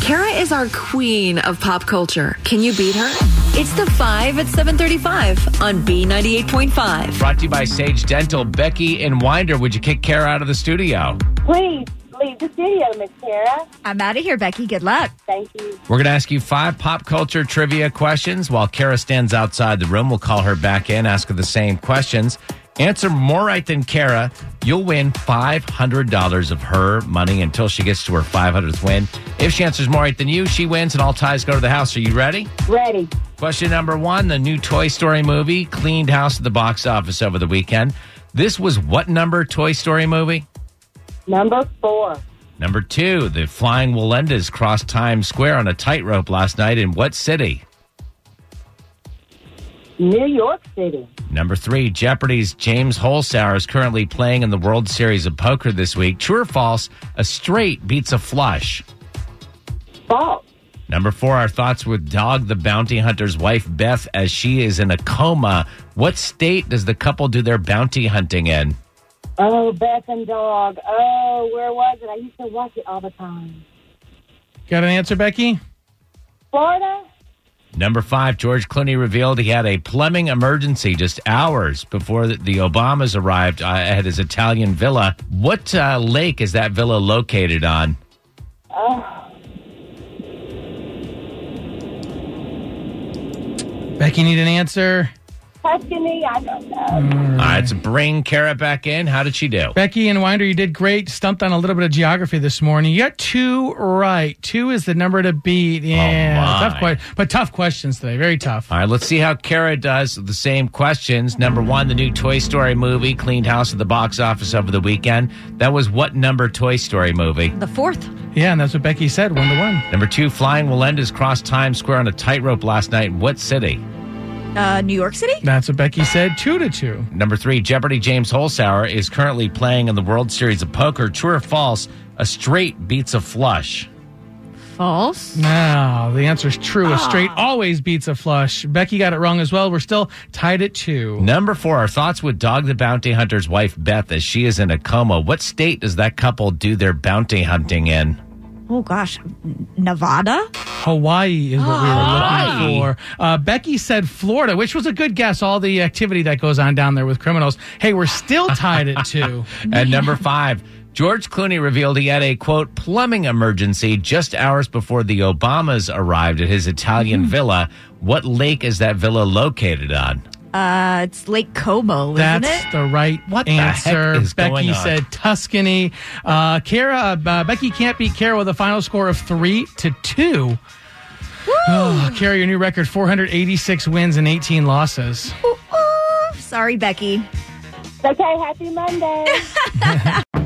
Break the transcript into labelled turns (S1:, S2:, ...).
S1: Kara is our queen of pop culture. Can you beat her? It's the 5 at 735 on B98.5.
S2: Brought to you by Sage Dental, Becky and Winder. Would you kick Kara out of the studio?
S3: Please leave the studio, Miss Kara.
S4: I'm out of here, Becky. Good luck.
S3: Thank you.
S2: We're going to ask you five pop culture trivia questions. While Kara stands outside the room, we'll call her back in, ask her the same questions. Answer more right than Kara, you'll win $500 of her money until she gets to her 500th win. If she answers more right than you, she wins and all ties go to the house. Are you ready?
S3: Ready.
S2: Question number one The new Toy Story movie cleaned house at the box office over the weekend. This was what number Toy Story movie?
S3: Number four.
S2: Number two, the Flying Willendas crossed Times Square on a tightrope last night in what city?
S3: New York City.
S2: Number three, Jeopardy's James Holzhauer is currently playing in the World Series of Poker this week. True or false, a straight beats a flush.
S3: False.
S2: Number four, our thoughts with Dog the Bounty Hunter's wife, Beth, as she is in a coma. What state does the couple do their bounty hunting in?
S3: Oh, Beth and Dog. Oh, where was it? I used to watch it all the time.
S5: Got an answer, Becky?
S3: Florida?
S2: Number five, George Clooney revealed he had a plumbing emergency just hours before the- the Obamas arrived uh, at his Italian villa. What uh, lake is that villa located on?
S5: Becky need an answer.
S3: Tuscany? I don't know.
S2: All right, so bring Kara back in. How did she do?
S5: Becky and Winder, you did great. Stumped on a little bit of geography this morning. You got two right. Two is the number to beat. Yeah,
S2: my.
S5: tough question, but tough questions today. Very tough.
S2: All right, let's see how Kara does with the same questions. Number one, the new Toy Story movie cleaned house at the box office over the weekend. That was what number Toy Story movie?
S4: The fourth.
S5: Yeah, and that's what Becky said. One to one.
S2: Number two, Flying Willendas crossed Times Square on a tightrope last night in what city?
S4: Uh, New York City?
S5: That's what Becky said. Two to two.
S2: Number three, Jeopardy James Holzhauer is currently playing in the World Series of Poker. True or false, a straight beats a flush.
S4: False.
S5: No, the answer is true. A straight always beats a flush. Becky got it wrong as well. We're still tied at two.
S2: Number four, our thoughts with Dog the Bounty Hunter's wife, Beth, as she is in a coma. What state does that couple do their bounty hunting in?
S4: Oh, gosh. Nevada?
S5: Hawaii is what we were looking for. Uh, Becky said Florida, which was a good guess. All the activity that goes on down there with criminals. Hey, we're still tied at two.
S2: At number five, George Clooney revealed he had a quote plumbing emergency just hours before the Obamas arrived at his Italian villa. What lake is that villa located on?
S4: Uh, it's Lake Como, isn't
S5: That's
S4: it?
S5: the right
S2: What the heck
S5: answer.
S2: is
S5: Becky
S2: going on?
S5: said Tuscany. Uh, Kara, uh, uh, Becky can't beat Kara with a final score of three to two. Oh, Kara, your new record: 486 wins and 18 losses.
S4: Ooh, sorry, Becky.
S3: It's okay. Happy Monday.